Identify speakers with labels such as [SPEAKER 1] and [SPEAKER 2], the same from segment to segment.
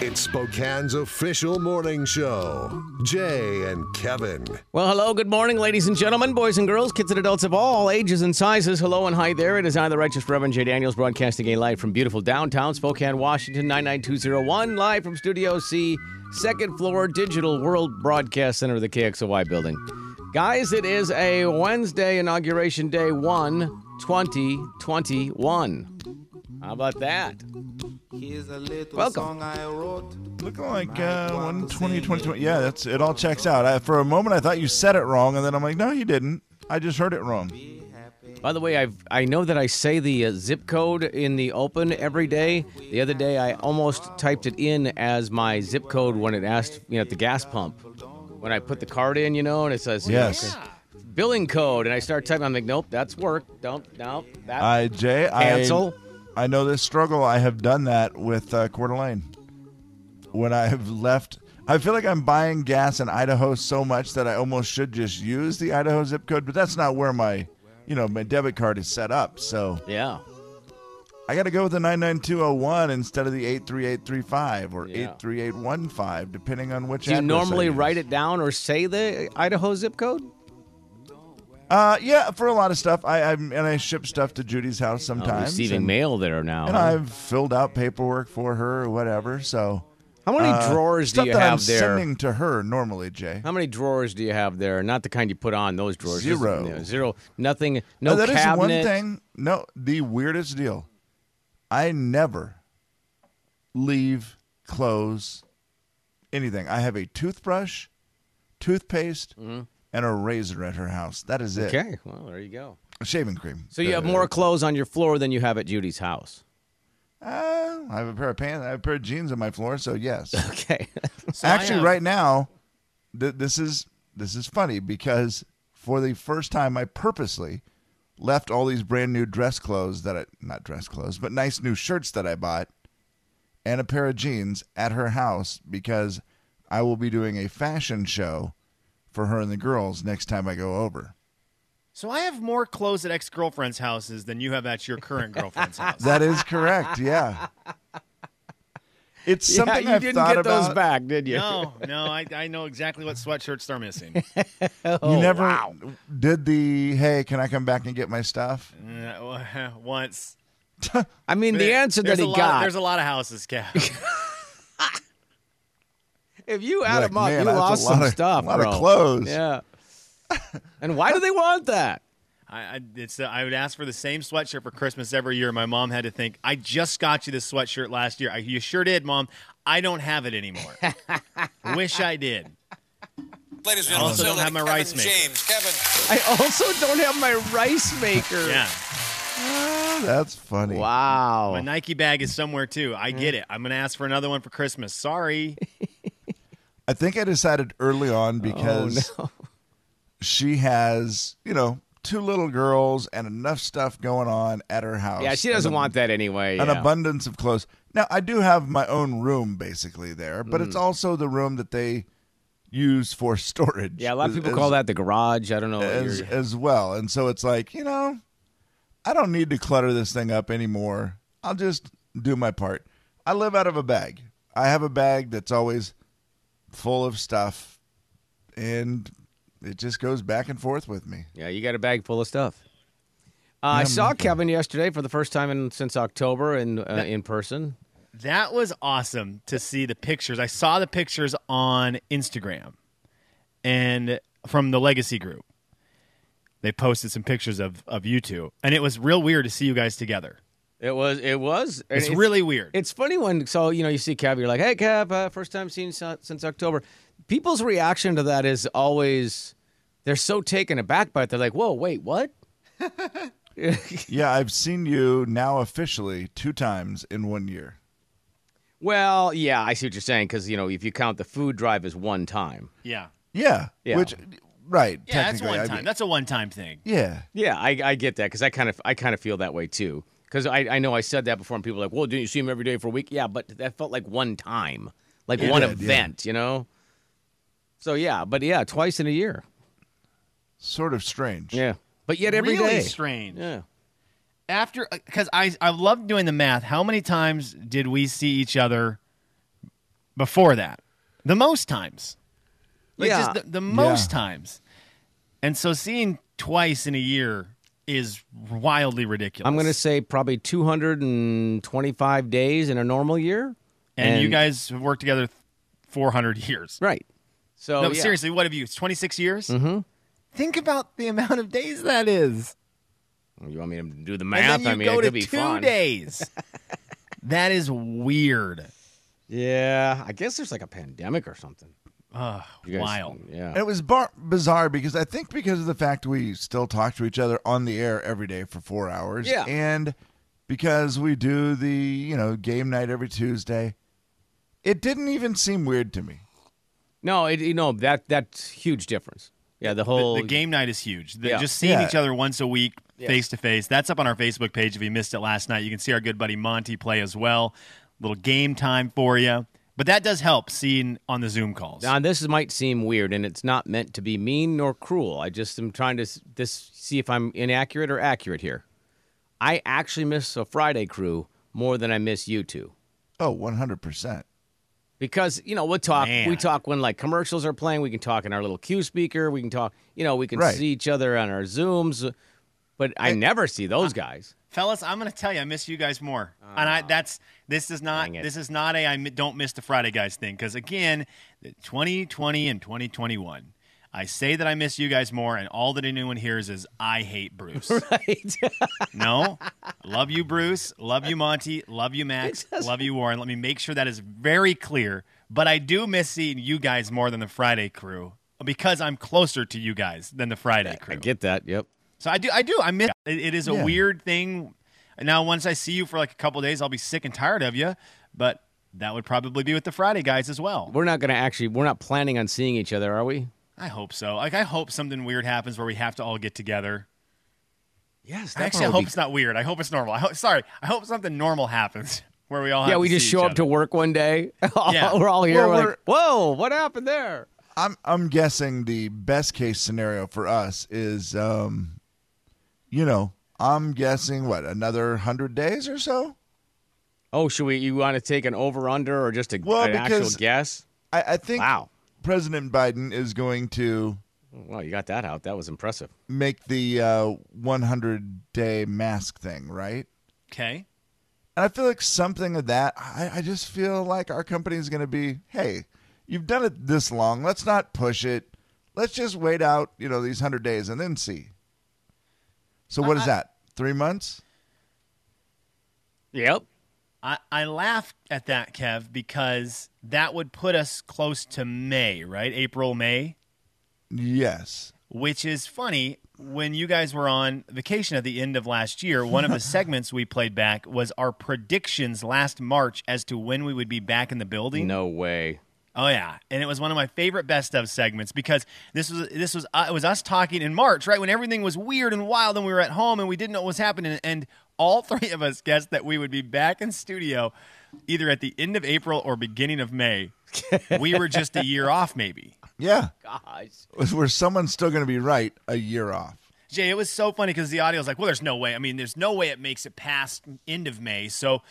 [SPEAKER 1] It's Spokane's official morning show. Jay and Kevin.
[SPEAKER 2] Well, hello, good morning, ladies and gentlemen, boys and girls, kids and adults of all ages and sizes. Hello and hi there. It is I, the Righteous Reverend Jay Daniels, broadcasting a live from beautiful downtown Spokane, Washington, 99201, live from Studio C, second floor, Digital World Broadcast Center of the KXOY building. Guys, it is a Wednesday, Inauguration Day 1, 2021. How about that?
[SPEAKER 3] Here's a little
[SPEAKER 2] Welcome.
[SPEAKER 3] song I wrote.
[SPEAKER 4] Looking like uh,
[SPEAKER 3] want to
[SPEAKER 4] 120,
[SPEAKER 3] sing
[SPEAKER 4] 20, 20. Yeah, that's it. All checks out. I, for a moment, I thought you said it wrong, and then I'm like, no, you didn't. I just heard it wrong.
[SPEAKER 2] By the way, I have I know that I say the uh, zip code in the open every day. The other day, I almost typed it in as my zip code when it asked, you know, at the gas pump. When I put the card in, you know, and it says
[SPEAKER 4] Yes.
[SPEAKER 2] billing code, and I start typing, I'm like, nope, that's work. Don't, no, that.
[SPEAKER 4] I Jay, I-
[SPEAKER 2] Cancel.
[SPEAKER 4] I, know this struggle. I have done that with uh, Coeur d'Alene. When I have left, I feel like I'm buying gas in Idaho so much that I almost should just use the Idaho zip code, but that's not where my, you know, my debit card is set up. So
[SPEAKER 2] yeah.
[SPEAKER 4] I got to go with the 99201 instead of the 83835 or
[SPEAKER 2] Yeah.
[SPEAKER 4] 83815, depending on which.
[SPEAKER 2] Do you
[SPEAKER 4] address I
[SPEAKER 2] normally
[SPEAKER 4] use.
[SPEAKER 2] write it down or say the Idaho zip code?
[SPEAKER 4] Uh, yeah, for a lot of stuff. I I'm, and I ship stuff to Judy's house sometimes.
[SPEAKER 2] I'm receiving
[SPEAKER 4] and,
[SPEAKER 2] mail there now.
[SPEAKER 4] and
[SPEAKER 2] huh?
[SPEAKER 4] I've filled out paperwork for her or whatever. So
[SPEAKER 2] How many
[SPEAKER 4] uh,
[SPEAKER 2] drawers do
[SPEAKER 4] stuff
[SPEAKER 2] you
[SPEAKER 4] that
[SPEAKER 2] have
[SPEAKER 4] I'm
[SPEAKER 2] there?
[SPEAKER 4] Sending to her normally, Jay.
[SPEAKER 2] How many drawers do you have there? Not the kind you put on those drawers. Just,
[SPEAKER 4] Zero.
[SPEAKER 2] you know, zero. Nothing. No
[SPEAKER 4] Now, that is
[SPEAKER 2] cabinet.
[SPEAKER 4] one thing. No, the weirdest deal. I never leave clothes, anything. I have a toothbrush, toothpaste, and a razor at her house. That is it.
[SPEAKER 2] Mm-hmm. Okay. Well, there you go.
[SPEAKER 4] Shaving cream.
[SPEAKER 2] So you have
[SPEAKER 4] Uh,
[SPEAKER 2] more clothes on your floor than you have at Judy's house.
[SPEAKER 4] Uh, I have a pair of pants. I have a pair of jeans on my floor. So yes.
[SPEAKER 2] Okay.
[SPEAKER 4] Actually, right now, th- this is this is funny because for the first time, I purposely left all these brand new dress clothes that I not dress clothes, but nice new shirts that I bought, and a pair of jeans at her house because I will be doing a fashion show for her and the girls next time I go over.
[SPEAKER 5] So I have more clothes at ex girlfriends' houses than you have at your current girlfriend's house.
[SPEAKER 4] That is correct. Yeah. It's something
[SPEAKER 2] yeah, you
[SPEAKER 4] I've
[SPEAKER 2] didn't
[SPEAKER 4] thought
[SPEAKER 2] get
[SPEAKER 4] about.
[SPEAKER 2] those back, did you?
[SPEAKER 5] No, no, I, I know exactly what sweatshirts they're missing.
[SPEAKER 4] you never did the hey, can I come back and get my stuff?
[SPEAKER 5] Uh, Once
[SPEAKER 2] I mean, the answer that
[SPEAKER 5] There's a
[SPEAKER 2] he
[SPEAKER 5] lot-
[SPEAKER 2] got.
[SPEAKER 5] there's a lot of houses, Cap.
[SPEAKER 2] if you add
[SPEAKER 4] like,
[SPEAKER 2] them up,
[SPEAKER 4] "Man,
[SPEAKER 2] you
[SPEAKER 4] that's a
[SPEAKER 2] lost
[SPEAKER 4] lot
[SPEAKER 2] some
[SPEAKER 4] of-
[SPEAKER 2] stuff,
[SPEAKER 4] lot of
[SPEAKER 2] bro.
[SPEAKER 4] clothes.
[SPEAKER 2] Yeah. and why do they want that?
[SPEAKER 5] I, I, it's, uh, I would ask for the same sweatshirt for Christmas every year. My mom had to think, I just got you this sweatshirt last year. I, you sure did, Mom. I don't have it anymore. Wish I did.
[SPEAKER 6] Ladies and gentlemen,
[SPEAKER 5] also don't
[SPEAKER 6] Zelda
[SPEAKER 5] have my
[SPEAKER 6] Kevin
[SPEAKER 5] rice maker.
[SPEAKER 6] James, Kevin.
[SPEAKER 2] I also don't have my rice maker.
[SPEAKER 5] Yeah.
[SPEAKER 4] That's funny.
[SPEAKER 5] My
[SPEAKER 2] Wow.
[SPEAKER 5] Nike bag is somewhere too. I get it. I'm going to ask for another one for Christmas. Sorry.
[SPEAKER 4] I think I decided early
[SPEAKER 2] Oh,
[SPEAKER 4] on because she has, you know, two little girls and enough stuff going on at her house.
[SPEAKER 2] Yeah, she doesn't
[SPEAKER 4] An-
[SPEAKER 2] want that anyway.
[SPEAKER 4] An
[SPEAKER 2] yeah.
[SPEAKER 4] abundance of clothes. Now, I do have my own room basically there, but
[SPEAKER 2] Mm.
[SPEAKER 4] it's also the room that they use for storage.
[SPEAKER 2] Yeah, a lot of
[SPEAKER 4] as-
[SPEAKER 2] people
[SPEAKER 4] as-
[SPEAKER 2] call that the garage. I don't know. what
[SPEAKER 4] as,
[SPEAKER 2] you're-
[SPEAKER 4] as well. And so it's like, you know, I don't need to clutter this thing up anymore. I'll just do my part. I live out of a bag. I have a bag that's always full of stuff and it just goes back and forth with me.
[SPEAKER 2] Yeah, you got a bag full of stuff. Uh, I saw Kevin yesterday for the first time in, since October in uh, in person.
[SPEAKER 5] That was awesome to see the pictures. I saw the pictures on Instagram and from the Legacy group. They posted some pictures of, of you two, and it was real weird to see you guys together.
[SPEAKER 2] It was it was and
[SPEAKER 5] It's, really weird.
[SPEAKER 2] it's funny when so you know you see Kev, you're like, hey Kev, uh, first time seen si- since October. People's reaction to that is always they're so taken aback by it. They're like, whoa, wait, what?
[SPEAKER 4] Yeah, I've seen you now officially two times in one year.
[SPEAKER 2] Well, yeah, I see what you're saying because you know if you count the food drive as one time.
[SPEAKER 5] yeah.
[SPEAKER 4] Yeah.
[SPEAKER 2] Yeah.
[SPEAKER 4] Which right,
[SPEAKER 5] Yeah, that's
[SPEAKER 4] technically.
[SPEAKER 5] one
[SPEAKER 4] I
[SPEAKER 5] time.
[SPEAKER 4] mean-
[SPEAKER 5] that's a one time thing.
[SPEAKER 4] yeah.
[SPEAKER 2] Yeah, I, I get that because I kind of I kind of feel that way too. Because I, I know I said that before, and people are like, "Well, didn't you see him every day for a week?" Yeah, but that felt like one time, like
[SPEAKER 4] It
[SPEAKER 2] one
[SPEAKER 4] did, yeah.
[SPEAKER 2] event, you know. So yeah, but yeah, twice in a year.
[SPEAKER 4] Sort of strange.
[SPEAKER 2] Yeah, but yet every day.
[SPEAKER 5] really strange.
[SPEAKER 2] Yeah,
[SPEAKER 5] After, uh, because I I love doing the math. How many times did we see each other before that. The most times. Like
[SPEAKER 2] Yeah.
[SPEAKER 5] just the, the most times. And so seeing twice in a year is wildly ridiculous.
[SPEAKER 2] I'm going to say probably 225 days in a normal year.
[SPEAKER 5] and, you guys have worked together 400 years.
[SPEAKER 2] right? So
[SPEAKER 5] no,
[SPEAKER 2] Oh, yeah.
[SPEAKER 5] seriously, what have you? It's 26 years? Mm-hmm. Think about the amount of days that is.
[SPEAKER 2] you want me to do the
[SPEAKER 5] And
[SPEAKER 2] math?
[SPEAKER 5] then you
[SPEAKER 2] I mean,
[SPEAKER 5] go
[SPEAKER 2] it
[SPEAKER 5] to
[SPEAKER 2] could be
[SPEAKER 5] two
[SPEAKER 2] fun.
[SPEAKER 5] days. that is weird.
[SPEAKER 2] Yeah, I guess there's like a pandemic or something.
[SPEAKER 5] Ugh,
[SPEAKER 2] You guys-
[SPEAKER 5] wild.
[SPEAKER 2] Yeah.
[SPEAKER 4] And it was bar- bizarre because I think because of the fact we still talk to each other on the air every day for four hours.
[SPEAKER 2] Yeah.
[SPEAKER 4] And because we do the, you know, game night every Tuesday, it didn't even seem weird to me.
[SPEAKER 2] No, it, you know that that's huge difference. Yeah, the
[SPEAKER 5] The-
[SPEAKER 2] whole
[SPEAKER 5] the, game night is huge. The-
[SPEAKER 2] Yeah.
[SPEAKER 5] Just seeing
[SPEAKER 4] Yeah.
[SPEAKER 5] each other once a week, face to face. That's up on our Facebook page. If you missed it last night, you can see our good buddy Monty play as well. Little game time for you. But that does help seeing on the Zoom calls.
[SPEAKER 2] Now, this might seem weird, and it's not meant to be mean nor cruel. I just am trying to s- this see if I'm inaccurate or accurate here. I actually miss a Friday crew more than I miss you two
[SPEAKER 4] Oh, 100%.
[SPEAKER 2] because you know we'll talk. We
[SPEAKER 5] Man.
[SPEAKER 2] talk when like commercials are playing. We can talk in our little cue speaker. We can talk. You know, we can
[SPEAKER 4] Right.
[SPEAKER 2] see each other on our Zooms. But I never see those guys.
[SPEAKER 5] fellas i'm going to tell you i miss you guys more and i that's this is not
[SPEAKER 2] Ah. Dang it.
[SPEAKER 5] this is not a i mi- don't miss the friday guys thing because again the 2020 and 2021 i say that i miss you guys more and all that anyone hears is i hate bruce
[SPEAKER 2] Right?
[SPEAKER 5] no love you bruce love you monty love you max love you warren let me make sure that is very clear but i do miss seeing you guys more than the friday crew because i'm closer to you guys than the friday crew
[SPEAKER 2] I get that. Yep.
[SPEAKER 5] so I do, I do, I miss. It, it is a
[SPEAKER 4] Yeah.
[SPEAKER 5] weird thing. And Now, once I see you for like a couple days, I'll be sick and tired of you. But that would probably be with the Friday guys as well.
[SPEAKER 2] We're not going to actually. We're not planning on seeing each other, are we?
[SPEAKER 5] I hope so. Like, I hope something weird happens where we have to all get together.
[SPEAKER 2] Yes.
[SPEAKER 5] Actually, I hope it's not weird. I hope it's normal. I hope, sorry, I hope something normal happens where we all.
[SPEAKER 2] Yeah,
[SPEAKER 5] have
[SPEAKER 2] we
[SPEAKER 5] to
[SPEAKER 2] just
[SPEAKER 5] see
[SPEAKER 2] show
[SPEAKER 5] each
[SPEAKER 2] up to
[SPEAKER 5] other.
[SPEAKER 2] work one day.
[SPEAKER 5] Yeah.
[SPEAKER 2] we're all here.
[SPEAKER 4] Well,
[SPEAKER 2] we're like, whoa, what happened there?
[SPEAKER 4] I'm I'm guessing the best case scenario for us is um you know, I'm guessing what, another 100 days or so?
[SPEAKER 2] Oh, should we? You want to take an over under or just a,
[SPEAKER 4] Well,
[SPEAKER 2] an actual
[SPEAKER 4] because-
[SPEAKER 2] guess?
[SPEAKER 4] I, I think
[SPEAKER 2] Wow.
[SPEAKER 4] President Biden is going to
[SPEAKER 2] Well, you got that out. That was impressive.
[SPEAKER 4] make the uh, 100 day mask thing, right?
[SPEAKER 5] Okay.
[SPEAKER 4] And I feel like something of that, I, I just feel like our company is going to be, hey, you've done it this long. Let's not push it. Let's just wait out, you know, these 100 days and then see. So
[SPEAKER 2] Uh,
[SPEAKER 4] what is that? Three months?
[SPEAKER 2] Yep.
[SPEAKER 5] I, I laughed at that, Kev, because that would put us close to May, right? April, May.
[SPEAKER 4] Yes.
[SPEAKER 5] which is funny. When you guys were on vacation at the end of last year, one of the segments we played back was our predictions last March as to when we would be back in the building.
[SPEAKER 2] No way.
[SPEAKER 5] Oh yeah, and it was one of my favorite best of segments because this was this was uh, it was us talking in March, right when everything was weird and wild, and we were at home and we didn't know what was happening, and all three of us guessed that we would be back in studio either at the end of April or beginning of May. we were just a year off, maybe.
[SPEAKER 4] Yeah.
[SPEAKER 2] Gosh.
[SPEAKER 4] Where someone's still going to be right a year off.
[SPEAKER 5] Jay, it was so funny because the audio was like, well, there's no way. I mean, there's no way it makes it past end of May. So,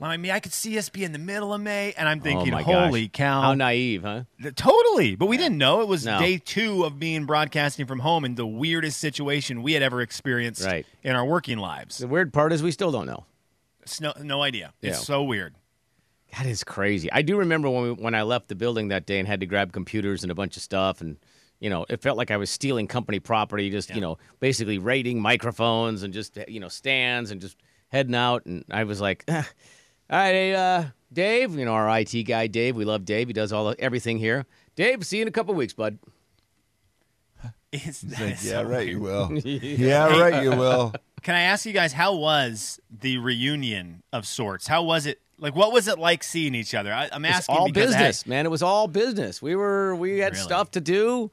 [SPEAKER 5] I mean, I could see us be in the middle of May. And I'm
[SPEAKER 2] Oh
[SPEAKER 5] thinking,
[SPEAKER 2] my gosh.
[SPEAKER 5] holy cow.
[SPEAKER 2] How naive, huh?
[SPEAKER 5] Th- Totally. But we didn't know. It was
[SPEAKER 2] No.
[SPEAKER 5] day two of being broadcasting from home and the weirdest situation we had ever experienced
[SPEAKER 2] Right.
[SPEAKER 5] in our working lives.
[SPEAKER 2] The weird part is we still don't know.
[SPEAKER 5] It's no, no idea.
[SPEAKER 2] Yeah.
[SPEAKER 5] It's so weird.
[SPEAKER 2] That is crazy. I do remember when we, when I left the building that day and had to grab computers and a bunch of stuff, and you know, it felt like I was stealing company property. Just you know, basically raiding microphones and just you know stands and just heading out. And I was like, "Ah, "All right, uh, Dave, you know our IT guy, Dave. We love Dave. He does all everything here. Dave, see you in a couple weeks, bud.
[SPEAKER 4] It's
[SPEAKER 5] It's, that
[SPEAKER 4] like,
[SPEAKER 5] is
[SPEAKER 4] yeah,
[SPEAKER 5] so
[SPEAKER 4] right, you will. yeah, right, you will.
[SPEAKER 5] Can I ask you guys how was the reunion of sorts? How was it? Like, what was it like seeing each other? I, I'm
[SPEAKER 2] It's
[SPEAKER 5] asking
[SPEAKER 2] all
[SPEAKER 5] because I-
[SPEAKER 2] business, man. It was all business. We were we had
[SPEAKER 5] Really?
[SPEAKER 2] stuff to do.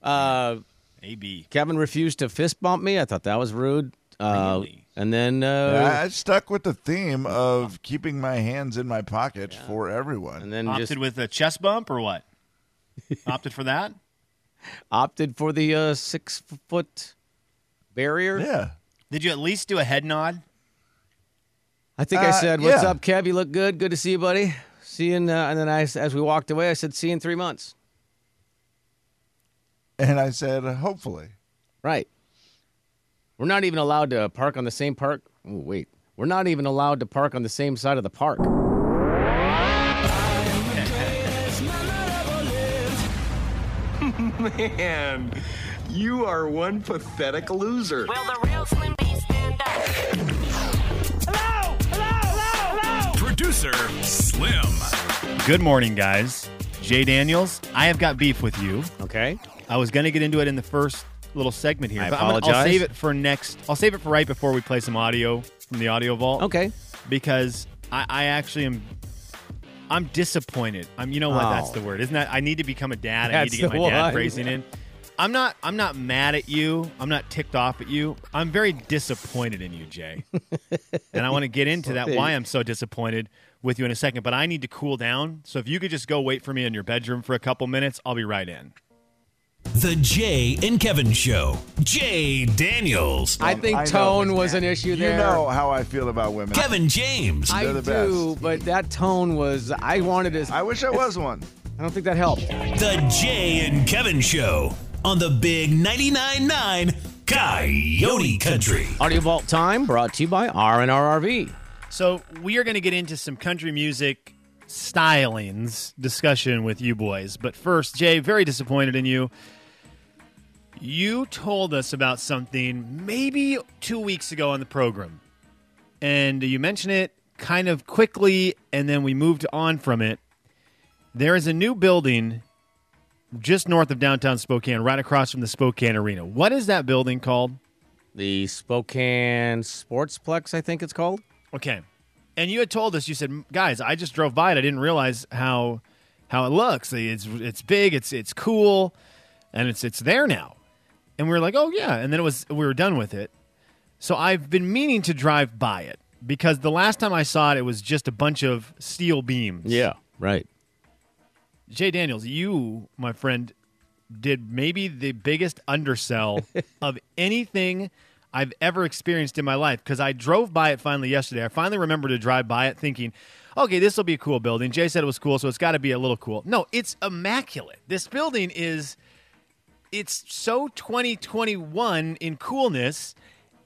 [SPEAKER 2] Uh,
[SPEAKER 5] AB.
[SPEAKER 2] Kevin refused to fist bump me. I thought that was rude. Uh,
[SPEAKER 5] Really?
[SPEAKER 2] And then uh,
[SPEAKER 4] I, I stuck with the theme of keeping my hands in my pocket for everyone.
[SPEAKER 2] and then
[SPEAKER 5] opted
[SPEAKER 2] just
[SPEAKER 5] with a chest bump or what? opted for that?
[SPEAKER 2] opted for the uh, six foot barrier.
[SPEAKER 4] yeah.
[SPEAKER 5] Did you at least do a head nod?
[SPEAKER 2] I think I
[SPEAKER 4] Uh,
[SPEAKER 2] said, "What's
[SPEAKER 4] yeah.
[SPEAKER 2] up, Kev? You look good. Good to see you, buddy." See you in, uh, and then I, as we walked away, I said, see you in three months.
[SPEAKER 4] And I said, hopefully.
[SPEAKER 2] Right. We're not even allowed to park on the same park. Oh, wait. We're not even allowed to park on the same side of the park.
[SPEAKER 7] Man, you are one pathetic loser.
[SPEAKER 8] Will the real Slim Beast stand up? Hello! Hello! Hello! Hello!
[SPEAKER 9] Producer Slim.
[SPEAKER 5] Good morning, guys. Jay Daniels, I have got beef with you.
[SPEAKER 2] Okay.
[SPEAKER 5] I was going to get into it in the first little segment here.
[SPEAKER 2] I
[SPEAKER 5] but I'm gonna- I'll
[SPEAKER 2] apologize.
[SPEAKER 5] save it for next. I'll save it for right before we play some audio from the audio vault.
[SPEAKER 2] Okay.
[SPEAKER 5] Because I, I actually am. I'm disappointed. I'm. You know what? That's
[SPEAKER 2] Oh.
[SPEAKER 5] the word, isn't that? I need to become a dad. I need
[SPEAKER 2] That's
[SPEAKER 5] to get my
[SPEAKER 2] the
[SPEAKER 5] dad
[SPEAKER 2] one.
[SPEAKER 5] phrasing in. I'm not. I'm not mad at you. I'm not ticked off at you. I'm very disappointed in you, Jay. and I want to get into that why I'm so disappointed with you in a second. But I need to cool down. So if you could just go wait for me in your bedroom for a couple minutes, I'll be right in.
[SPEAKER 9] The Jay and Kevin Show. Jay Daniels.
[SPEAKER 2] I think
[SPEAKER 4] I know.
[SPEAKER 2] tone was an issue there.
[SPEAKER 4] You know how I feel about women.
[SPEAKER 9] Kevin James.
[SPEAKER 2] I
[SPEAKER 4] They're the
[SPEAKER 2] do, but that tone was. I wanted to.
[SPEAKER 4] I wish I was one.
[SPEAKER 2] I don't think that helped.
[SPEAKER 9] The Jay and Kevin Show on the Big 99.9 9 Coyote Country.
[SPEAKER 2] Audio Vault time brought to you by R and RRV.
[SPEAKER 5] So we are going to get into some country music stylings discussion with you boys. But first, Jay, very disappointed in you. You told us about something maybe two weeks ago on the program, and you mentioned it kind of quickly, and then we moved on from it. There is a new building just north of downtown Spokane, right across from the Spokane Arena. What is that building called?
[SPEAKER 2] The Spokane Sportsplex, I think it's called.
[SPEAKER 5] Okay. And you had told us, you said, guys, I just drove by it. I didn't realize how how it looks. It's it's big, it's it's cool, and it's it's there now. And we were like, oh yeah. And then it was we were done with it. So I've been meaning to drive by it because the last time I saw it, it was just a bunch of steel beams.
[SPEAKER 2] right.
[SPEAKER 5] Jay Daniels, you, my friend, did maybe the biggest undersell of anything I've ever experienced in my life because I drove by it finally yesterday. I finally remembered to drive by it thinking, okay, this will be a cool building. Jay said it was cool, so it's got to be a little cool. No, it's immaculate. This building is, it's so 2021 in coolness.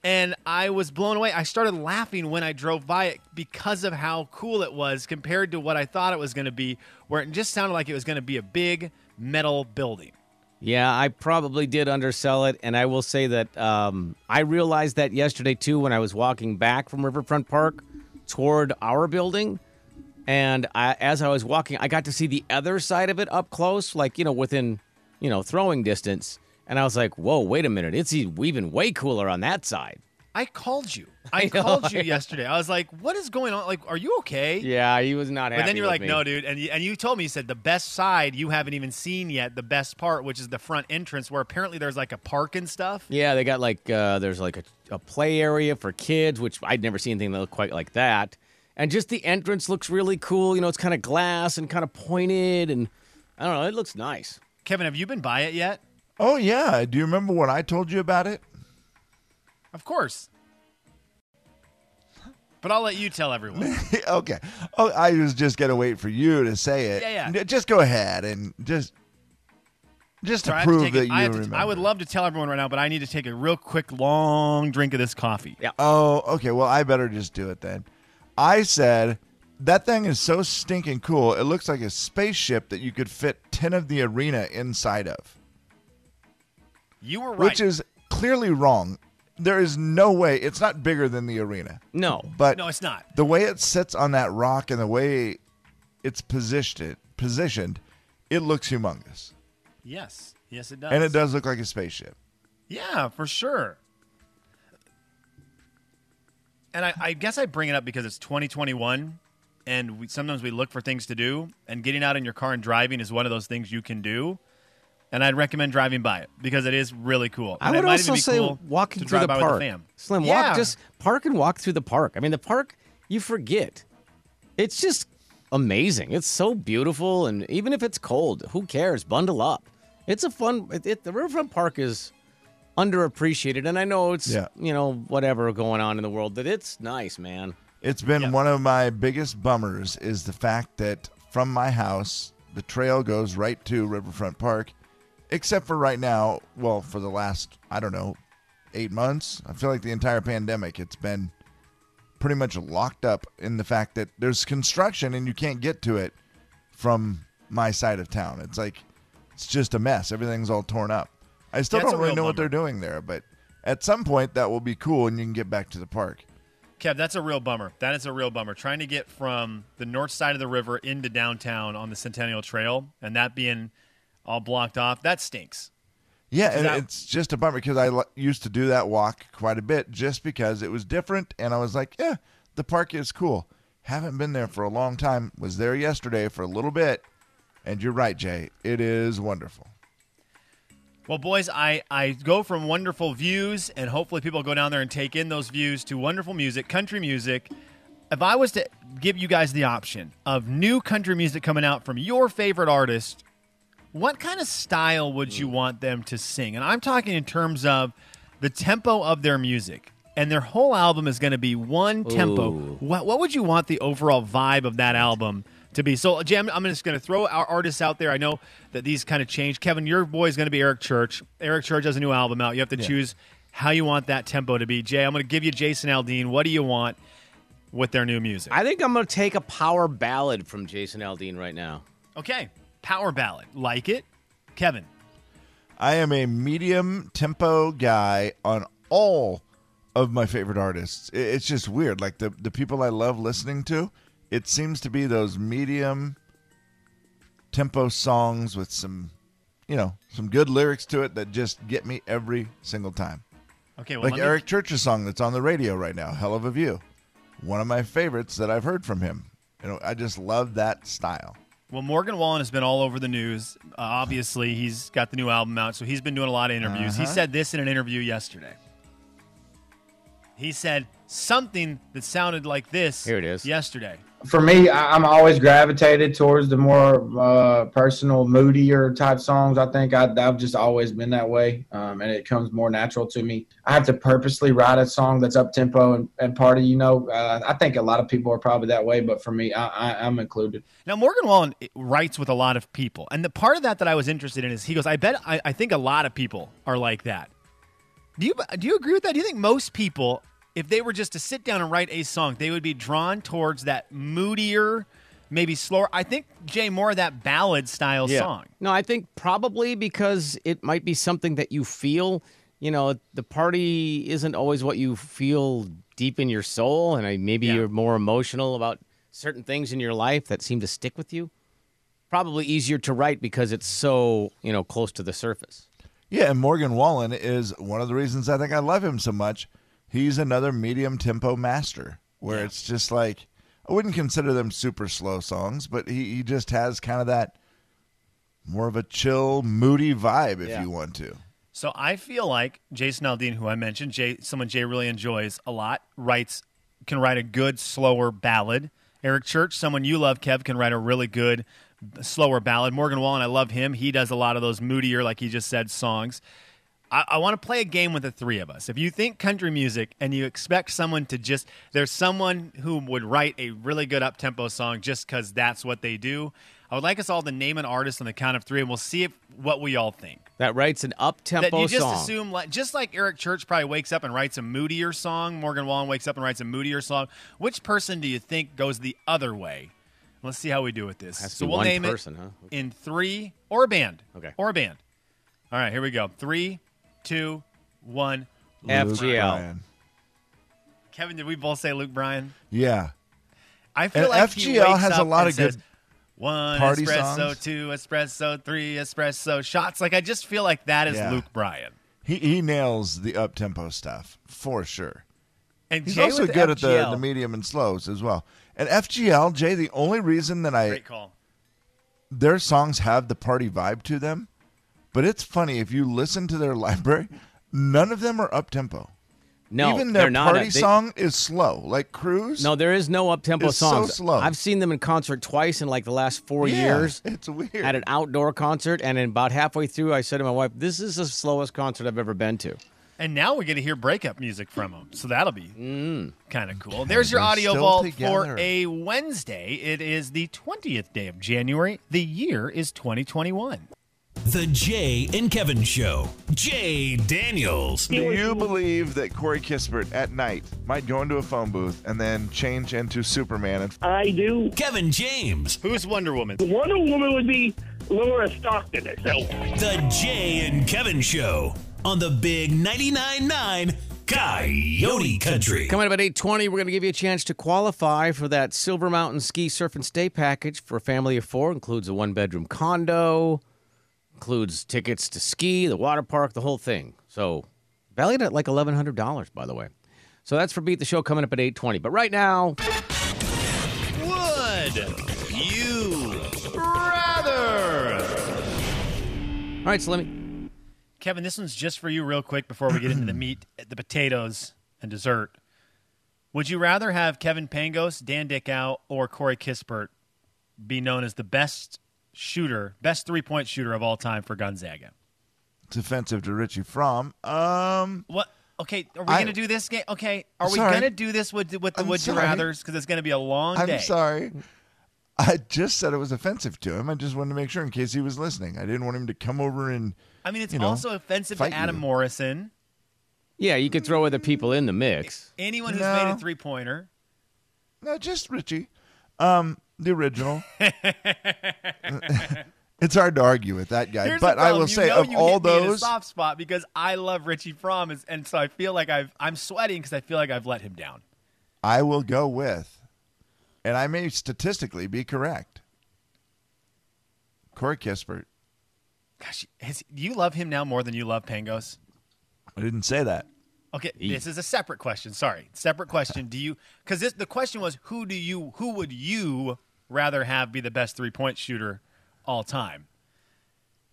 [SPEAKER 5] And I was blown away. I started laughing when I drove by it because of how cool it was compared to what I thought it was going to be, where it just sounded like it was going to be a big metal building.
[SPEAKER 2] Yeah, I probably did undersell it, and I will say that um, I realized that yesterday too when I was walking back from Riverfront Park toward our building, and I, as I was walking, I got to see the other side of it up close, like you know within you know throwing distance, and I was like, whoa, wait a minute, it's e- even way cooler on that side.
[SPEAKER 5] I called you. I, called you yesterday. I was like, "What is going on? Like, are you okay?"
[SPEAKER 2] Yeah, he was not happy.
[SPEAKER 5] But then you were
[SPEAKER 2] with
[SPEAKER 5] like,
[SPEAKER 2] me.
[SPEAKER 5] "No, dude." And you, and you told me you said the best side you haven't even seen yet. The best part, which is the front entrance, where apparently there's like a park and stuff.
[SPEAKER 2] Yeah, they got like uh, there's like a, a play area for kids, which I'd never seen anything that looked quite like that. And just the entrance looks really cool. You know, it's kind of glass and kind of pointed, and I don't know, it looks nice.
[SPEAKER 5] Kevin, have you been by it yet?
[SPEAKER 4] Oh, yeah. Do you remember when I told you about it?
[SPEAKER 5] Of course. But I'll let you tell everyone.
[SPEAKER 4] okay. Oh, I was just going to wait for you to say it.
[SPEAKER 5] Yeah, yeah.
[SPEAKER 4] N- Just go ahead and just. Just to
[SPEAKER 5] Sorry, I have to
[SPEAKER 4] prove
[SPEAKER 5] take
[SPEAKER 4] that
[SPEAKER 5] it-
[SPEAKER 4] you
[SPEAKER 5] I, have to-
[SPEAKER 4] remember.
[SPEAKER 5] I would love to tell everyone right now, but I need to take a real quick, long drink of this coffee.
[SPEAKER 4] Oh, okay. Well, I better just do it then. I said that thing is so stinking cool. It looks like a spaceship that you could fit 10 of the arena inside of,
[SPEAKER 5] You were right.
[SPEAKER 4] which is clearly wrong. There is no way it's not bigger than the arena.
[SPEAKER 2] No,
[SPEAKER 4] But
[SPEAKER 5] no, it's not.
[SPEAKER 4] the way it sits on that rock and the way it's positioned, positioned, it looks humongous.
[SPEAKER 5] Yes, yes, it does.
[SPEAKER 4] And it does look like a spaceship.
[SPEAKER 5] Yeah, for sure. And I, I guess I bring it up because it's 2021, and we, sometimes we look for things to do, and getting out in your car and driving is one of those things you can do. And I'd recommend driving by it because it is really cool.
[SPEAKER 2] I
[SPEAKER 5] And it
[SPEAKER 2] would
[SPEAKER 5] might
[SPEAKER 2] also
[SPEAKER 5] even be
[SPEAKER 2] say
[SPEAKER 5] cool
[SPEAKER 2] walking
[SPEAKER 5] to
[SPEAKER 2] through
[SPEAKER 5] drive
[SPEAKER 2] the
[SPEAKER 5] by
[SPEAKER 2] park.
[SPEAKER 5] With the fam.
[SPEAKER 2] Slim,
[SPEAKER 5] Yeah.
[SPEAKER 2] walk just park and walk through the park. I mean, the park you forget. It's just amazing. It's so beautiful, and even if it's cold, who cares? Bundle up. It's a fun. It, it, the Riverfront Park is underappreciated, and I know it's
[SPEAKER 4] Yeah.
[SPEAKER 2] you know whatever going on in the world, but it's nice, man.
[SPEAKER 4] It's been one of my biggest bummers is the fact that from my house the trail goes right to Riverfront Park, except for right now. Well, for the last I don't know eight months, I feel like the entire pandemic it's been pretty much locked up in the fact that there's construction and you can't get to it from my side of town. It's like it's just a mess. Everything's all torn up. I still
[SPEAKER 5] Yeah, it's
[SPEAKER 4] don't
[SPEAKER 5] a
[SPEAKER 4] really
[SPEAKER 5] real
[SPEAKER 4] know what
[SPEAKER 5] bummer.
[SPEAKER 4] they're doing there, but at some point that will be cool and you can get back to the park.
[SPEAKER 5] Kev, that's a real bummer. That is a real bummer. Trying to get from the north side of the river into downtown on the Centennial Trail and that being all blocked off, that stinks.
[SPEAKER 4] Yeah, and
[SPEAKER 5] that-
[SPEAKER 4] it's just a bummer because I l- used to do that walk quite a bit just because it was different and I was like, yeah, the park is cool. Haven't been there for a long time. Was there yesterday for a little bit. And you're right, Jay. It is wonderful.
[SPEAKER 5] Well, boys, I, I go from wonderful views, and hopefully people go down there and take in those views, to wonderful music, country music. If I was to give you guys the option of new country music coming out from your favorite artist, what kind of style would you want them to sing? And I'm talking in terms of the tempo of their music. And their whole album is going to be one tempo.
[SPEAKER 2] Ooh.
[SPEAKER 5] What, what would you want the overall vibe of that album to be? So, Jim, I'm just going to throw our artists out there. I know that these kind of change. Kevin, your boy is going to be Eric Church. Eric Church has a new album out. You have to choose how you want that tempo to be. Jay, I'm going to give you Jason Aldean. What do you want with their new music?
[SPEAKER 2] I think I'm going to take a power ballad from Jason Aldean right now.
[SPEAKER 5] okay, power ballad. Like it. Kevin.
[SPEAKER 4] I am a medium tempo guy on all of my favorite artists. I- It's just weird. Like the, the people I love listening to, it seems to be those medium tempo songs with some, you know, some good lyrics to it that just get me every single time.
[SPEAKER 5] Okay, well,
[SPEAKER 4] Like
[SPEAKER 5] let me-
[SPEAKER 4] Eric Church's song that's on the radio right now, Hell of a View. One of my favorites that I've heard from him. You know, I just love that style.
[SPEAKER 5] Well, Morgan Wallen has been all over the news. Uh, obviously, he's got the new album out, so he's been doing a lot of interviews.
[SPEAKER 2] Uh-huh.
[SPEAKER 5] He said this in an interview yesterday. He said something that sounded like this.
[SPEAKER 2] Here it is.
[SPEAKER 5] Yesterday.
[SPEAKER 10] for me, I, I'm always gravitated towards the more uh, personal, moodier type songs. I think I, I've just always been that way, um, and it comes more natural to me. I have to purposely write a song that's up tempo and, and party. You know, uh, I think a lot of people are probably that way, but for me, I, I, I'm included.
[SPEAKER 5] Now, Morgan Wallen eh, writes with a lot of people, and the part of that that I was interested in is he goes, "I bet I, I think a lot of people are like that." Do you do you agree with that? Do you think most people, if they were just to sit down and write a song, they would be drawn towards that moodier, maybe slower? I think Jay more of that ballad style song.
[SPEAKER 2] No, I think probably because it might be something that you feel. You know, the party isn't always what you feel deep in your soul, and I, maybe
[SPEAKER 5] Yeah.
[SPEAKER 2] you're more emotional about certain things in your life that seem to stick with you. Probably easier to write because it's so you know close to the surface.
[SPEAKER 4] Yeah, and Morgan Wallen is one of the reasons I think I love him so much. He's another medium tempo master where it's just like I wouldn't consider them super slow songs, but he, he just has kind of that more of a chill, moody vibe if you want to.
[SPEAKER 5] So I feel like Jason Aldean, who I mentioned, Jay, someone Jay really enjoys a lot, writes can write a good slower ballad. Eric Church, someone you love, Kev, can write a really good slower ballad. Morgan Wallen, I love him. He does a lot of those moodier, like he just said, songs. I, I want to play a game with the three of us. If you think country music and you expect someone to just, there's someone who would write a really good up tempo song just because that's what they do. I would like us all to name an artist on the count of three, and we'll see if, what we all think
[SPEAKER 2] That writes an up
[SPEAKER 5] that
[SPEAKER 2] tempo
[SPEAKER 5] you just
[SPEAKER 2] song.
[SPEAKER 5] assume like just like Eric Church probably wakes up and writes a moodier song, Morgan Wallen wakes up and writes a moodier song. Which person do you think goes the other way? Let's see how we do with this.
[SPEAKER 2] Has to
[SPEAKER 5] so
[SPEAKER 2] be
[SPEAKER 5] we'll
[SPEAKER 2] one
[SPEAKER 5] name
[SPEAKER 2] person,
[SPEAKER 5] it
[SPEAKER 2] huh? Okay.
[SPEAKER 5] in three or a band.
[SPEAKER 2] Okay.
[SPEAKER 5] Or a band. All right, here we go. Three, two, one.
[SPEAKER 2] FGL.
[SPEAKER 4] Bryan.
[SPEAKER 5] Kevin, did we both say Luke Bryan?
[SPEAKER 4] Yeah.
[SPEAKER 5] I feel
[SPEAKER 4] And
[SPEAKER 5] like he
[SPEAKER 4] FGL
[SPEAKER 5] wakes
[SPEAKER 4] has a
[SPEAKER 5] up
[SPEAKER 4] lot
[SPEAKER 5] and
[SPEAKER 4] of good
[SPEAKER 5] says, one
[SPEAKER 4] party
[SPEAKER 5] espresso,
[SPEAKER 4] songs."
[SPEAKER 5] two espresso, three espresso shots. Like I just feel like that is
[SPEAKER 4] Yeah.
[SPEAKER 5] Luke Bryan.
[SPEAKER 4] He he nails the up tempo stuff for sure.
[SPEAKER 5] And
[SPEAKER 4] He's
[SPEAKER 5] Jay
[SPEAKER 4] also
[SPEAKER 5] with
[SPEAKER 4] good at the,
[SPEAKER 5] FGL.
[SPEAKER 4] the medium and slows as well. And FGL, Jay, the only reason that I
[SPEAKER 5] Great call.
[SPEAKER 4] their songs have the party vibe to them, but it's funny if you listen to their library, none of them are up tempo.
[SPEAKER 2] no,
[SPEAKER 4] Even
[SPEAKER 2] they're
[SPEAKER 4] their
[SPEAKER 2] not. They-
[SPEAKER 4] party song is slow, like Cruise.
[SPEAKER 2] No, there is no up tempo
[SPEAKER 4] is so
[SPEAKER 2] songs.
[SPEAKER 4] slow.
[SPEAKER 2] I've seen them in concert twice in like the last four
[SPEAKER 4] Yeah,
[SPEAKER 2] years.
[SPEAKER 4] It's weird.
[SPEAKER 2] at an outdoor concert, and about halfway through, I said to my wife, "This is the slowest concert I've ever been to."
[SPEAKER 5] And now we get to hear breakup music from them. So that'll be kind of cool. There's your
[SPEAKER 4] Mm. they're
[SPEAKER 5] audio
[SPEAKER 4] still
[SPEAKER 5] vault for
[SPEAKER 4] together.
[SPEAKER 5] a Wednesday. It is the 20th day of January. The year is 2021.
[SPEAKER 9] The Jay and Kevin Show. Jay Daniels.
[SPEAKER 4] Do you believe that Corey Kispert at night might go into a phone booth and then change into Superman? And
[SPEAKER 11] I do.
[SPEAKER 9] Kevin James.
[SPEAKER 5] Who's Wonder Woman?
[SPEAKER 11] Wonder Woman would be Laura Stockton herself.
[SPEAKER 9] The Jay and Kevin Show on the Big 99.9 9 Coyote Country.
[SPEAKER 2] Coming up at 8:20, we're going to give you a chance to qualify for that Silver Mountain Ski Surf and Stay package for a family of 4, includes a one-bedroom condo, includes tickets to ski, the water park, the whole thing. So, valued at like $1100, by the way. So that's for Beat the Show coming up at 8:20. But right now,
[SPEAKER 5] Would you rather?
[SPEAKER 2] all right, so let me
[SPEAKER 5] Kevin, this one's just for you, real quick, before we get into the meat, the potatoes, and dessert. Would you rather have Kevin Pangos, Dan Dickow, or Corey Kispert be known as the best shooter, best three point shooter of all time for Gonzaga?
[SPEAKER 4] it's offensive to Richie Fromm. Um,
[SPEAKER 5] What? Okay, are we
[SPEAKER 4] I-
[SPEAKER 5] going to do this game? Okay, are we
[SPEAKER 4] Sorry.
[SPEAKER 5] going to do this with with the
[SPEAKER 4] I'm
[SPEAKER 5] Would You
[SPEAKER 4] sorry.
[SPEAKER 5] Rather's? Because it's going to be a long
[SPEAKER 4] I'm
[SPEAKER 5] day.
[SPEAKER 4] sorry. I just said it was offensive to him. I just wanted to make sure in case he was listening. I didn't want him to come over and
[SPEAKER 5] I mean, it's
[SPEAKER 4] you know,
[SPEAKER 5] also offensive to
[SPEAKER 4] fight
[SPEAKER 5] Adam
[SPEAKER 4] you.
[SPEAKER 5] Morrison,
[SPEAKER 2] Yeah, you could throw other people in the mix.
[SPEAKER 5] anyone who's
[SPEAKER 4] No.
[SPEAKER 5] made a three pointer.
[SPEAKER 4] no, just Richie, um, the original. it's hard to argue with that guy,
[SPEAKER 5] Here's the
[SPEAKER 4] but I will
[SPEAKER 5] problem. You
[SPEAKER 4] say
[SPEAKER 5] know
[SPEAKER 4] of
[SPEAKER 5] you
[SPEAKER 4] all
[SPEAKER 5] hit me in a
[SPEAKER 4] those,
[SPEAKER 5] soft spot because I love Richie Fromm, is- and so I feel like I've I'm sweating because I feel like I've let him down.
[SPEAKER 4] I will go with, and I may statistically be correct. Corey Kispert.
[SPEAKER 5] Gosh, has, do you love him now more than you love Pangos?
[SPEAKER 4] I didn't say that.
[SPEAKER 5] Okay, this is a separate question. Sorry, separate question. Do you? Because the question was, who do you? Who would you rather have be the best three point shooter all time?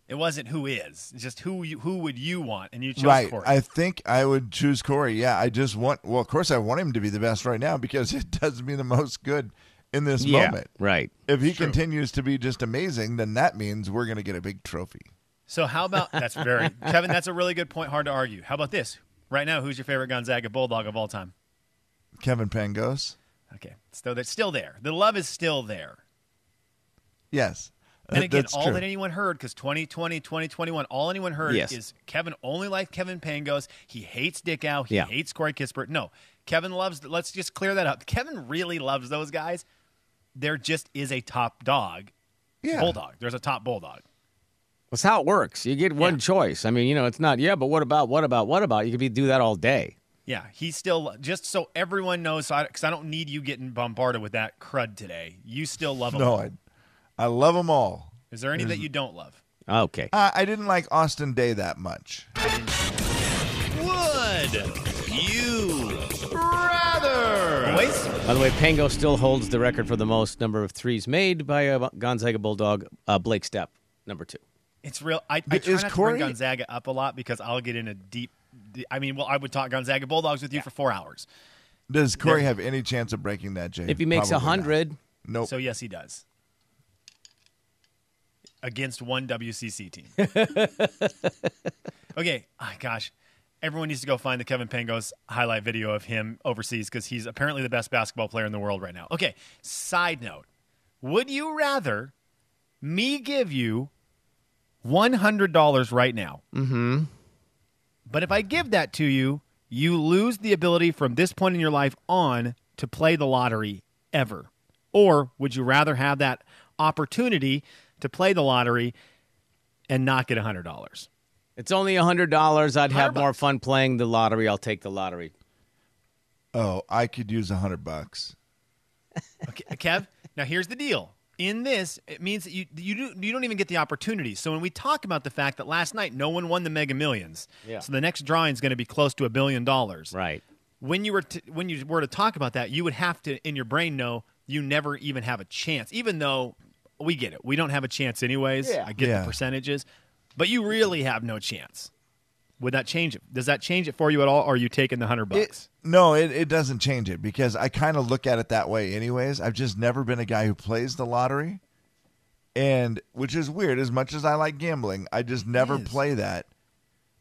[SPEAKER 5] It wasn't who is. It's just who you, who would you want, and you chose
[SPEAKER 4] right.
[SPEAKER 5] Corey.
[SPEAKER 4] I think I would choose Corey. Yeah, I just want. Well, of course, I want him to be the best right now because it does me the most good in this moment.
[SPEAKER 2] right.
[SPEAKER 4] If he continues to be just amazing, then that means we're going to get a big trophy.
[SPEAKER 5] so how about that's very Kevin? That's a really good point. Hard to argue. How about this? Right now, who's your favorite Gonzaga Bulldog of all time?
[SPEAKER 4] Kevin Pangos.
[SPEAKER 5] Okay, so that's still there. The love is still there.
[SPEAKER 4] Yes.
[SPEAKER 5] And
[SPEAKER 4] That-
[SPEAKER 5] again,
[SPEAKER 4] that's
[SPEAKER 5] all
[SPEAKER 4] true.
[SPEAKER 5] that anyone heard, because 2020, 2021, all anyone heard
[SPEAKER 2] Yes.
[SPEAKER 5] is Kevin only likes Kevin Pangos. He hates Dick Out. He
[SPEAKER 2] Yeah.
[SPEAKER 5] hates Corey Kispert. No, Kevin loves, let's just clear that up. Kevin really loves those guys. There just is a top dog,
[SPEAKER 4] yeah.
[SPEAKER 5] bulldog. There's a top bulldog.
[SPEAKER 2] That's how it works. You get one
[SPEAKER 5] Yeah.
[SPEAKER 2] choice. I mean, you know, it's not, yeah, but what about, what about, what about? You could be do that all day.
[SPEAKER 5] Yeah, he's still, just so everyone knows, because I don't need you getting bombarded with that crud today. You still love him.
[SPEAKER 4] No, I, I love them all.
[SPEAKER 5] is there any that you don't love?
[SPEAKER 2] Okay.
[SPEAKER 4] Uh, I didn't like Austin Day that much.
[SPEAKER 5] Would you rather? Boys?
[SPEAKER 2] By the way, Pango still holds the record for the most number of threes made by a Gonzaga Bulldog, uh, Blake Stepp, number two.
[SPEAKER 5] It's real. I, I
[SPEAKER 4] But
[SPEAKER 5] try
[SPEAKER 4] is
[SPEAKER 5] not to
[SPEAKER 4] Corey-
[SPEAKER 5] bring Gonzaga up a lot because I'll get in a deep. I mean, well, I would talk Gonzaga Bulldogs with you for four hours.
[SPEAKER 4] Does Corey have any chance of breaking that, Jay?
[SPEAKER 2] If he makes a
[SPEAKER 4] Probably not.
[SPEAKER 2] 100,
[SPEAKER 4] Nope.
[SPEAKER 5] So yes, he does. Against one WCC team. okay. ah, gosh, everyone needs to go find the Kevin Pangos highlight video of him overseas because he's apparently the best basketball player in the world right now. Okay. Side note: Would you rather me give you one hundred dollars right now? Mm-hmm. But if I give that to you, you lose the ability from this point in your life on to play the lottery ever. Or would you rather have that opportunity to play the lottery and not get hundred dollars?
[SPEAKER 2] it's only $100. I'd have more fun playing the lottery. I'll take the lottery.
[SPEAKER 4] oh, I could use a hundred bucks.
[SPEAKER 5] Okay, Kev. Now here's the deal. In this, it means that you you, do, you don't even get the opportunity. So when we talk about the fact that last night no one won the Mega Millions,
[SPEAKER 2] Yeah.
[SPEAKER 5] so the next drawing is going to be close to a billion dollars.
[SPEAKER 2] Right.
[SPEAKER 5] When you were to, when you were to talk about that, you would have to in your brain know you never even have a chance. Even though we get it, we don't have a chance anyways. I get
[SPEAKER 4] Yeah.
[SPEAKER 5] the percentages, but you really have no chance. Would that change it? Does that change it for you at all? Or are you taking the hundred bucks?
[SPEAKER 4] No, it, it doesn't change it because I kind of look at it that way, anyways. I've just never been a guy who plays the lottery, and which is weird. As much as I like gambling, I just never play that.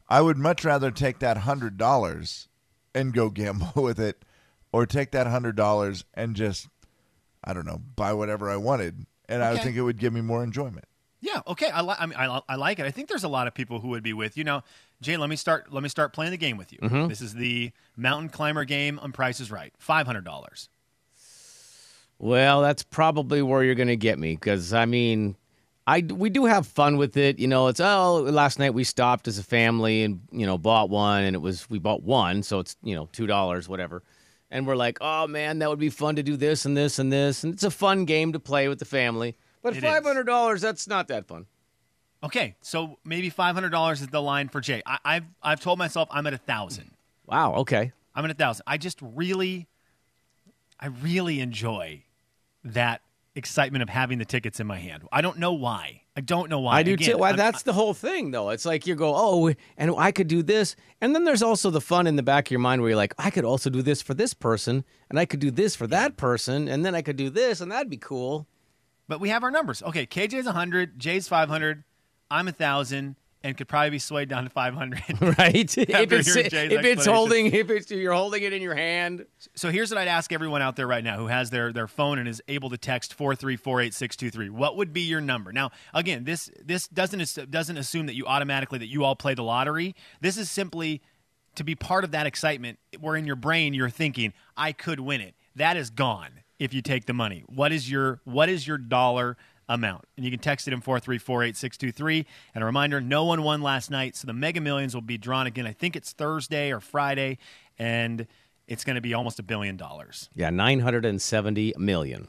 [SPEAKER 4] I would much rather take that hundred dollars and go gamble with it, or take that hundred dollars and just, I don't know, buy whatever I wanted, and I would
[SPEAKER 5] Okay.
[SPEAKER 4] think it would give me more enjoyment.
[SPEAKER 5] Yeah. Okay. I, li- I mean, I, I like it. I think there's a lot of people who would be with you now. Jay, let me start. Let me start playing the game with you.
[SPEAKER 2] Mhm.
[SPEAKER 5] This is the mountain climber game on Price is Right. Five hundred dollars.
[SPEAKER 2] Well, that's probably where you're going to get me because I mean, I we do have fun with it. You know, it's oh, last night we stopped as a family and you know bought one, and it was we bought one, so it's you know two dollars, whatever. And we're like, oh man, that would be fun to do this and this and this, and it's a fun game to play with the family. But
[SPEAKER 5] It is.
[SPEAKER 2] five hundred dollars—that's not that fun.
[SPEAKER 5] Okay. So maybe five hundred dollars is the line for Jay. I, I've I've told myself I'm at a thousand.
[SPEAKER 2] Wow. Okay.
[SPEAKER 5] I'm at a thousand. I just really, I really enjoy that excitement of having the tickets in my hand. I don't know why. I don't know why.
[SPEAKER 2] I do
[SPEAKER 5] Again,
[SPEAKER 2] too. Why
[SPEAKER 5] I'm-
[SPEAKER 2] that's the whole thing, though. It's like you go, oh, and I could do this, and then there's also the fun in the back of your mind where you're like, I could also do this for this person, and I could do this for that person, and then I could do this, and that'd be cool.
[SPEAKER 5] But we have our numbers. Okay, KJ's 100, Jay's 500, I'm 1,000, and could probably be swayed down to 500.
[SPEAKER 2] Right? if
[SPEAKER 5] After
[SPEAKER 2] it's,
[SPEAKER 5] hearing
[SPEAKER 2] if
[SPEAKER 5] Jay's
[SPEAKER 2] it's
[SPEAKER 5] explanation.
[SPEAKER 2] holding, if it's you're holding it in your hand.
[SPEAKER 5] So here's what I'd ask everyone out there right now who has their, their phone and is able to text 4348623. What would be your number? Now, again, this this doesn't as- doesn't assume that you automatically that you all play the lottery. This is simply to be part of that excitement where in your brain you're thinking, I could win it. That is gone if you take the money. What is your what is your dollar amount? And you can text it in 4348623. And a reminder, no one won last night, so the mega millions will be drawn again. I think it's Thursday or Friday. And it's going to be almost a billion dollars.
[SPEAKER 2] Yeah, nine hundred and seventy million.